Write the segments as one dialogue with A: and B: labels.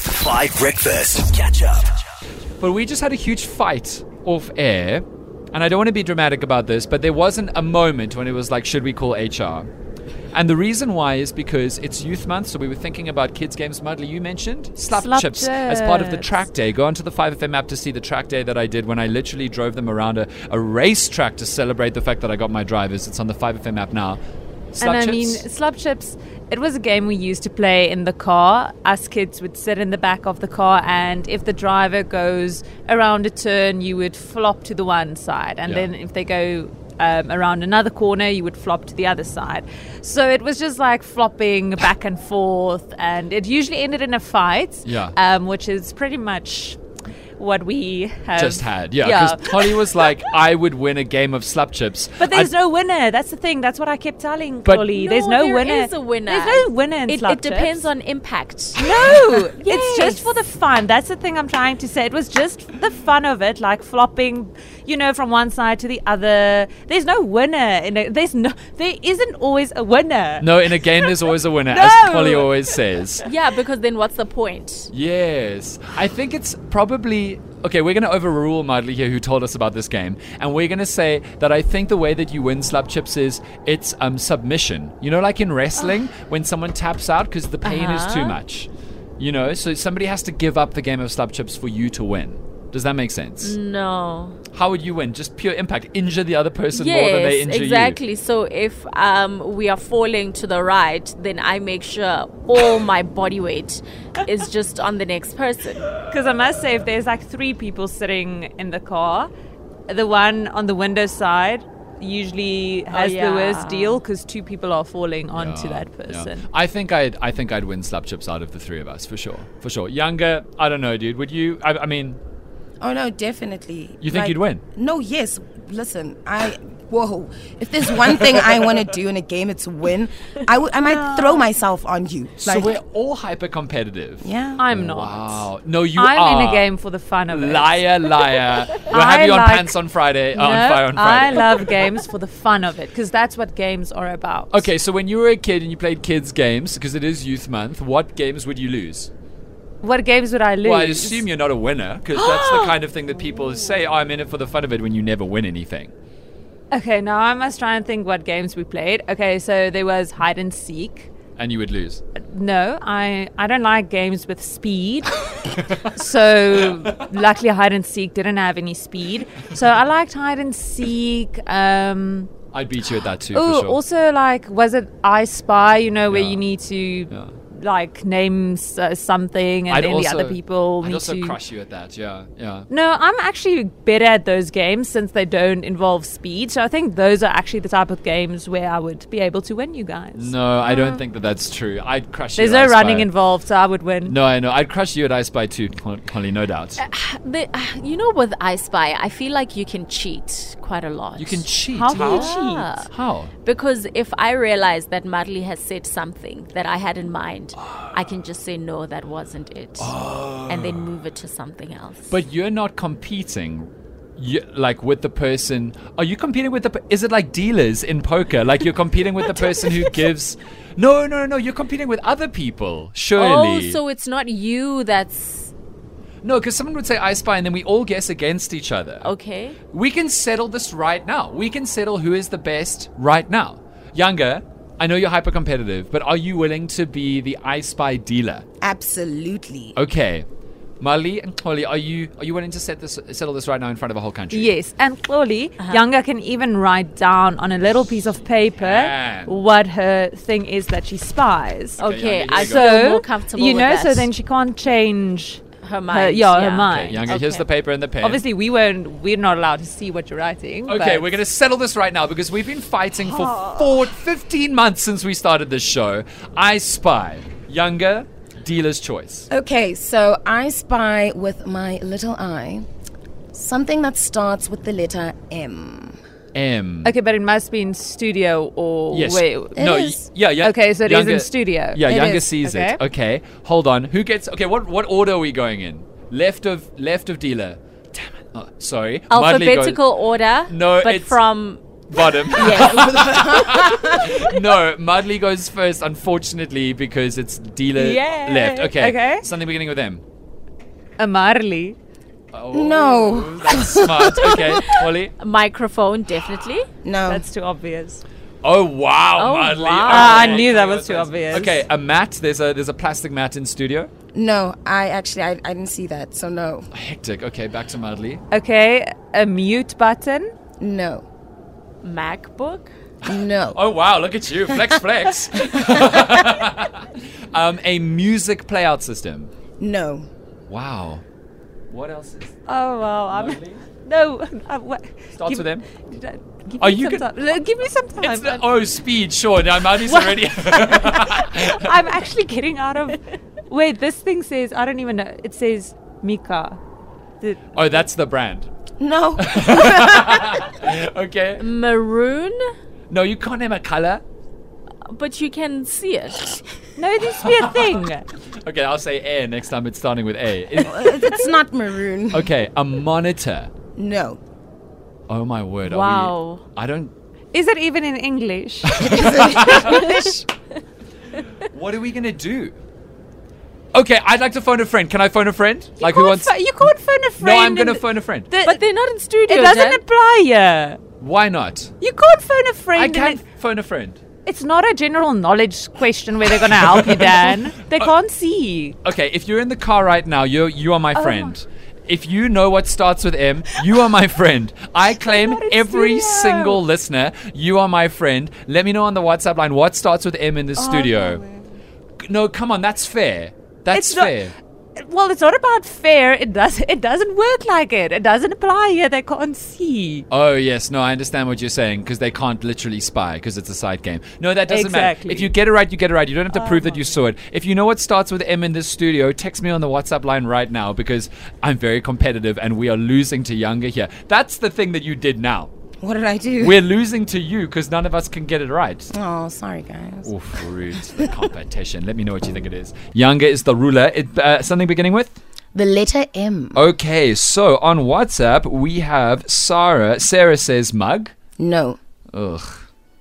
A: Five Breakfast. Catch up.
B: But we just had a huge fight off air. And I don't want to be dramatic about this, but there wasn't a moment when it was like, should we call HR? And the reason why is because it's Youth Month, so we were thinking about kids games. Mudley, you mentioned slap,
C: Slap
B: chips, as part of the
C: chips.
B: track day. Go onto the 5FM app to see the track day that I did when I literally drove them around a, a racetrack to celebrate the fact that I got my drivers. It's on the 5FM app now. Slap
C: and I
B: chips.
C: mean, slap chips. It was a game we used to play in the car. Us kids would sit in the back of the car, and if the driver goes around a turn, you would flop to the one side, and
B: Yeah.
C: then if they go um, around another corner, you would flop to the other side. So it was just like flopping back and forth, and it usually ended in a fight.
B: Yeah.
C: um, which is pretty much what we have
B: just had. Yeah, because Holly was like, I would win a game of slap chips.
C: But there's
B: I-
C: no winner. That's the thing. That's what I kept telling
B: But-
C: Polly. there's no
D: there
C: winner.
D: is a winner.
C: There's no winner in
D: it,
C: slap
D: it depends
C: chips.
D: on impact.
C: No, it's
D: Yes.
C: just for the fun. That's the thing I'm trying to say. It was just the fun of it, like flopping, you know, from one side to the other. There's no winner. In it. There's no. There isn't always a winner.
B: No, in a game, there's always a winner,
C: No!
B: as Polly always says.
D: yeah, because then what's the point?
B: Yes. I think it's probably. Okay, we're going to overrule Madly here, who told us about this game. And we're going to say that I think the way that you win slap chips is it's um, submission. You know, like in wrestling, when someone taps out because the pain is too
D: Uh-huh.
B: much. You know, so somebody has to give up the game of slap chips for you to win. Does that make sense?
D: Mm. No.
B: How would you win? Just pure impact. Injure the other person more than they injure
D: exactly. So if um, we are falling to the right, then I make sure all my body weight is just on the next person.
C: Because I must say, if there's like three people sitting in the car, the one on the window side usually has
D: Oh, yeah.
C: the worst deal because two people are falling
B: you.
C: onto
B: Um, Yeah,
C: that person.
B: yeah. I think I'd I think I'd win slap chips out of the three of us for sure. For sure. Younger, I don't know, dude. Would you I, I mean
E: Oh no, definitely.
B: You think you'd win?
E: No, yes. Listen, I whoa. If there's one thing I want to do in a game, it's win. I would. I might throw myself on you.
B: so we're all hyper competitive.
E: yeah.
C: I'm not.
B: Wow. No, you
C: I'm
B: are.
C: in a game for the fun of it.
B: Liar, liar. we'll
C: I
B: have you on
C: like-
B: pants on Friday. uh,
C: No,
B: on fire on
C: I
B: Friday.
C: love games for the fun of it because that's what games are about.
B: okay, so when you were a kid and you played kids games, because it is Youth Month, what games would you lose?
C: What games would I lose?
B: Well, I assume you're not a winner, because that's the kind of thing that people say. Oh, I'm in it for the fun of it. When you never win anything.
C: Okay, now I must try and think what games we played. Okay, so there was hide and seek.
B: And you would lose.
C: No, I I don't like games with speed. so luckily, hide and seek didn't have any speed. So I liked hide and seek. Um,
B: I'd beat you at that too,
C: oh,
B: for sure.
C: also like was it I Spy? You know where
B: Yeah.
C: you need to.
B: Yeah.
C: Like name s- uh, something, and
B: I'd
C: then the other people
B: I'd
C: need
B: also
C: to
B: crush you at that. Yeah, yeah.
C: No, I'm actually better at those games since they don't involve speed. So I think those are actually the type of games where I would be able to win you guys.
B: No, I don't think that that's true. I'd crush
C: uh, There's
B: you. at
C: no
B: Ice
C: running
B: Spy.
C: involved, so I would win.
B: No, I know. I'd crush you at Ice Spy too, Col- Colly. No doubt.
C: Uh,
D: The, you know, with I Spy, I feel like you can cheat quite a lot.
B: You can cheat.
C: How do you
D: Ah.
C: cheat?
B: How?
D: Because if I realize that Marley has said something that I had in mind, I can just say, no, that wasn't it.
B: Ah.
D: And then move it to something else.
B: But you're not competing. You, like with the person, are you competing with the? per- Is it like dealers in poker? Like you're competing with the person who gives? No, no, no, no. You're competing with other people.
D: oh,
B: Surely.
D: so it's not you that's
B: no, because someone would say I spy, and then we all guess against each other.
D: okay.
B: We can settle this right now. We can settle who is the best right now. Younger, I know you're hyper competitive, but are you willing to be the I Spy dealer?
E: Absolutely.
B: Okay. Mali and Chloe, are you are you willing to set this settle this right now in front of a whole country?
C: Yes, and clearly, Younger can even write down on a little piece of paper
B: can.
C: what her thing is that she spies.
B: Okay,
D: Okay,
B: Yanga,
D: I
B: you
D: feel
B: go.
C: So
D: more comfortable
C: you
D: with
C: know, so
D: that.
C: then she can't change
D: her mind.
C: her, yeah, her mind.
B: Okay, Younger, here's
D: Okay.
B: the paper and the pen.
C: Obviously, we weren't. We're not allowed to see what you're writing.
B: Okay,
C: but-
B: we're going to settle this right now because we've been fighting for four, 15 months since we started this show. I spy. Younger, dealer's choice.
E: Okay, so I spy with my little eye something that starts with the letter M.
B: M.
C: Okay, but it must be in studio or
B: Yes.
C: where?
B: no.
E: It
B: y-
E: is.
B: Yeah. Yeah.
C: Okay, so it is in
B: Younger-
C: studio.
B: Yeah.
E: It
B: Younger
E: is,
B: sees
C: okay.
B: it. Okay. Hold on. Who gets? Okay. What what order are we going in? Left of left of dealer. Damn it. Oh, sorry. Mudley goes-
D: Alphabetical order.
B: No,
D: but
B: it's-
D: from
B: bottom.
D: yes.
B: no, Mudley goes first. Unfortunately, because it's dealer
C: Yay.
B: left. Okay.
C: Okay.
B: Something beginning with M. Oh,
C: A Marley.
E: No.
B: That's smart. Okay, Holly.
D: A microphone, definitely.
E: No.
C: That's too obvious.
B: Oh wow,
D: Oh,
B: Madly.
D: wow.
C: Ah, I
B: okay,
C: knew that
B: okay,
C: was too
B: that's-
C: obvious.
B: Okay, a mat. There's a there's a plastic mat in studio.
E: no, I actually, I, I didn't see that. So no.
B: Hectic. Okay, back to Madly.
C: Okay, a mute button.
E: No.
D: MacBook.
E: No.
B: Oh wow, look at you, flex, flex. um, a music playout system.
E: No.
B: Wow. What else is?
C: Oh wow!
B: Marley?
C: I'm, no, I, what?
B: Start
C: give-
B: with them.
C: d- Give
B: Are
C: me
B: you
C: some
B: gonna-
C: time. No, give me some time.
B: It's the,
C: I'm,
B: oh, speed. Sure, now Madly's
C: What?
B: already.
C: I'm actually getting out of. Wait, this thing says I don't even know. It says Mika. The-
B: oh, that's the brand.
E: No.
B: Okay.
C: Mm.
D: Maroon,
B: No, you can't name a color.
D: but you can see it.
C: no, this be a thing.
B: Okay, I'll say air next time. It's starting with A. Is-
E: it's not maroon.
B: okay, a monitor.
E: No.
B: Oh my word! are we-
D: Wow.
B: I don't.
C: Is it even in English?
B: What are we gonna do? Okay, I'd like to phone a friend. Can I phone a friend? like
C: Can't pho- you can't phone a
B: No,
C: friend.
B: I'm gonna
C: and-
B: phone a friend.
C: the-
D: But they're not in studio.
C: It doesn't
D: Dan.
C: apply here.
B: Why not?
C: You can't phone a friend.
B: I
C: and
B: can
C: it-
B: phone a friend.
C: it's not a general knowledge question where they're gonna help you, Dan. They
B: Uh,
C: can't see.
B: Okay, if you're in the car right now, you you are my
C: my-
B: friend. If you know what starts with M, you are my friend. I claim
C: not in
B: every
C: studio.
B: single listener. You are my friend. Let me know on the WhatsApp line what starts with M in the
C: Oh,
B: studio. No, come on, that's fair. That's
C: It's not-
B: fair.
C: Well, it's not about fair. It does. It doesn't work like it. It doesn't apply here. They can't see.
B: Oh yes, no, I understand what you're saying because they can't literally spy because it's a side game. No, that doesn't matter.
C: Exactly.
B: If you get it right, you get it right. You don't have to prove that you saw it. If you know what starts with M in this studio, text me on the WhatsApp line right now because I'm very competitive and we are losing to younger here. That's the thing that you did now.
E: What did I do?
B: We're losing to you because none of us can get it right.
E: oh, sorry, guys.
B: Oof, rude the competition. Let me know what you think it is. Younger is the ruler. It, uh, something beginning with.
E: The letter M.
B: Okay, so on WhatsApp we have Sarah. Sarah says mug.
E: No.
B: Ugh.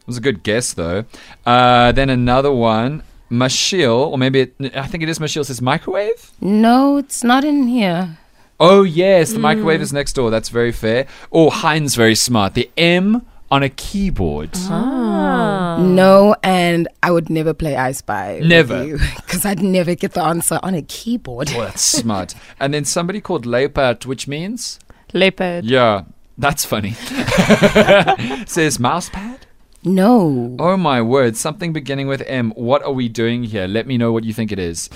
B: It was a good guess, though. Uh, then another one. Mashil, or maybe it, I think it is Mashil, says microwave?
E: No, it's not in here.
B: Oh, yes, the microwave is next door. That's very fair. Oh, Heinz, very smart. The M on a keyboard. Oh.
E: No, and I would never play I Spy.
B: Never.
E: Because I'd never get the answer on a keyboard.
B: Oh, that's smart. And then somebody called Leopard, which means?
C: Leopard.
B: Yeah, that's funny. says mouse pad?
E: No.
B: Oh, my word. Something beginning with M. What are we doing here? Let me know what you think it is.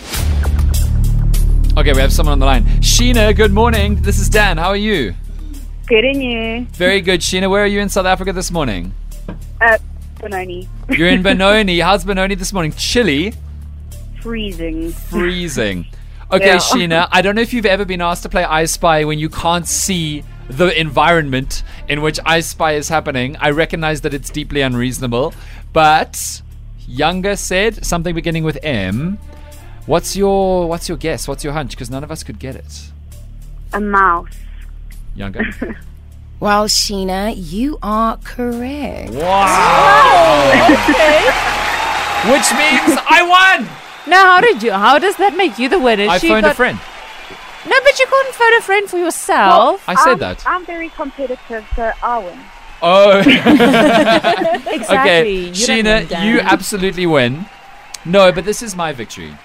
B: Okay, we have someone on the line. Sheena, good morning. This is Dan. How are you?
F: Good in you.
B: Very good, Sheena. Where are you in South Africa this morning?
F: Uh, Benoni.
B: You're in Benoni. How's Benoni this morning? Chilly,
F: Freezing.
B: freezing. Okay,
F: Yeah.
B: Sheena, I don't know if you've ever been asked to play I Spy when you can't see the environment in which I Spy is happening. I recognize that it's deeply unreasonable, but Younger said something beginning with M. What's your what's your guess? What's your hunch? Because none of us could get it.
F: A mouse.
B: Younger.
E: Well, Sheena, you are correct.
B: Which means I won!
C: Now, how did you? How does that make you the winner?
B: I
C: She
B: phoned a
C: got-
B: friend.
C: No, but you couldn't phone a friend for yourself.
B: I said
F: I'm-
B: that.
C: Ah,
F: I'm very competitive, so I win.
B: Oh,
C: exactly.
B: Okay,
C: You don't
B: Sheena,
C: need Dan.
B: you absolutely win. No, but this is my victory.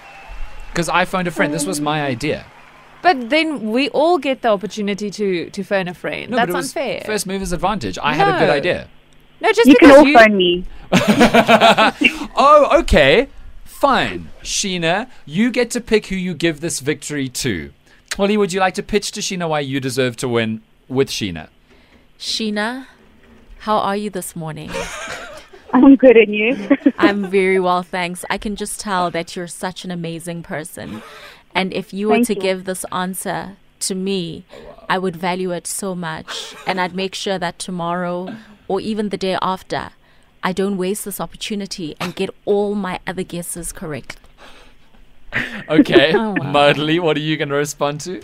B: Because I phoned a friend. This was my idea.
C: but then we all get the opportunity to to phone a
B: No,
C: friend.
B: but
C: That's
B: it was
C: unfair.
B: First mover's advantage. I had a good
C: No.
B: idea.
C: no, just
F: You can
C: because
F: all
C: you.
F: phone me.
B: Oh, okay. Fine. Sheena, you get to pick who you give this victory to. Holly, would you like to pitch to Sheena why you deserve to win with Sheena?
D: Sheena, how are you this morning?
F: I'm good in you.
D: I'm very well, thanks. I can just tell that you're such an amazing person. And if you were
F: Thank
D: to
F: you.
D: give this answer to me, I would value it so much. And I'd make sure that tomorrow or even the day after, I don't waste this opportunity and get all my other guesses correct.
B: Okay.
C: Oh,
B: Mudley, what are you going to respond to?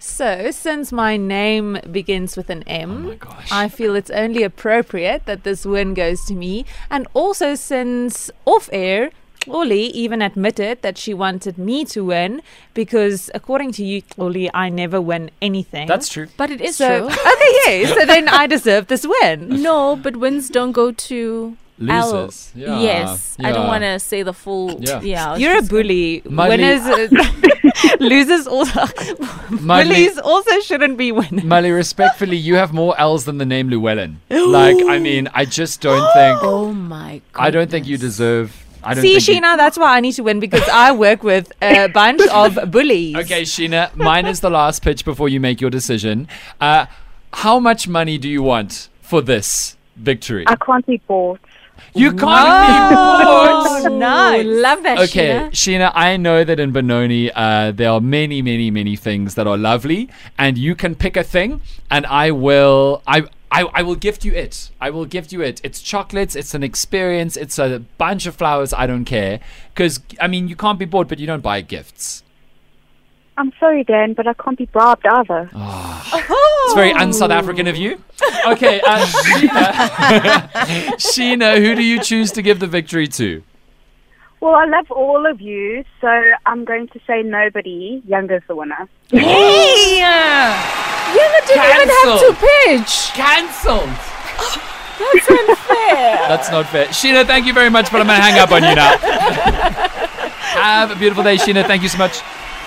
C: So, since my name begins with an M,
B: Oh my gosh.
C: I feel it's only appropriate that this win goes to me. And also, since off air, Oli even admitted that she wanted me to win because, according to you, Oli, I never win anything.
B: That's true.
D: But it is
C: so.
D: true.
C: Okay, yeah. So then I deserve this win.
D: No, but wins don't go to Al-
B: Losers. Yeah.
D: Yes, I don't
B: Yeah.
D: want to say the full.
B: Yeah.
D: Yeah, I was
C: You're a
D: just-
C: bully.
B: Madly-
C: Winners, losers also.
B: Madly-
C: Bullies also shouldn't be winners.
B: Molly, respectfully, you have more L's than the name Llewellyn. Like, I mean, I just don't think.
D: Oh my god!
B: I don't think you deserve. I don't.
C: See,
B: think you-
C: Sheena, that's why I need to win because I work with a bunch of bullies.
B: Okay, Sheena, mine is the last pitch before you make your decision. Uh, how much money do you want for this victory?
F: I can't be bought.
B: You can't
C: Oh,
B: be bought.
C: nice.
D: Love that.
B: Okay, Sheena,
D: Sheena.
B: I know that in Benoni uh, there are many, many, many things that are lovely, and you can pick a thing, and I will, I, I, I will gift you it. I will gift you it. It's chocolates. It's an experience. It's a bunch of flowers. I don't care, because I mean you can't be bored, but you don't buy gifts.
F: I'm sorry, Dan, but I can't be bribed either.
B: It's very
D: Oh.
B: un-South African of you. Okay, uh, Sheena, Sheena, who do you choose to give the victory to?
F: Well, I love all of you, so I'm going to say nobody. Younger's the winner.
D: You didn't even have
B: Cancel.
D: to pitch.
B: cancelled. That's unfair. That's not fair. Sheena, thank you very much, but I'm going to hang up on you now. Have a beautiful day, Sheena. Thank you so much.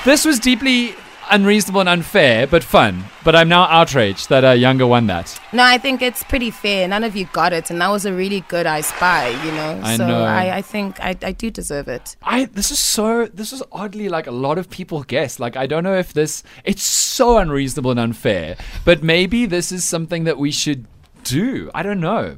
B: This was deeply unreasonable and unfair, but fun. But I'm now outraged that uh, Younger won that.
E: No, I think it's pretty fair. None of you got it, and that was a really good I Spy, you know.
B: I
E: so
B: know.
E: I, I think I, I do deserve it.
B: I this is so this is oddly like a lot of people guess. Like I don't know if this it's so unreasonable and unfair, but maybe this is something that we should do. I don't know.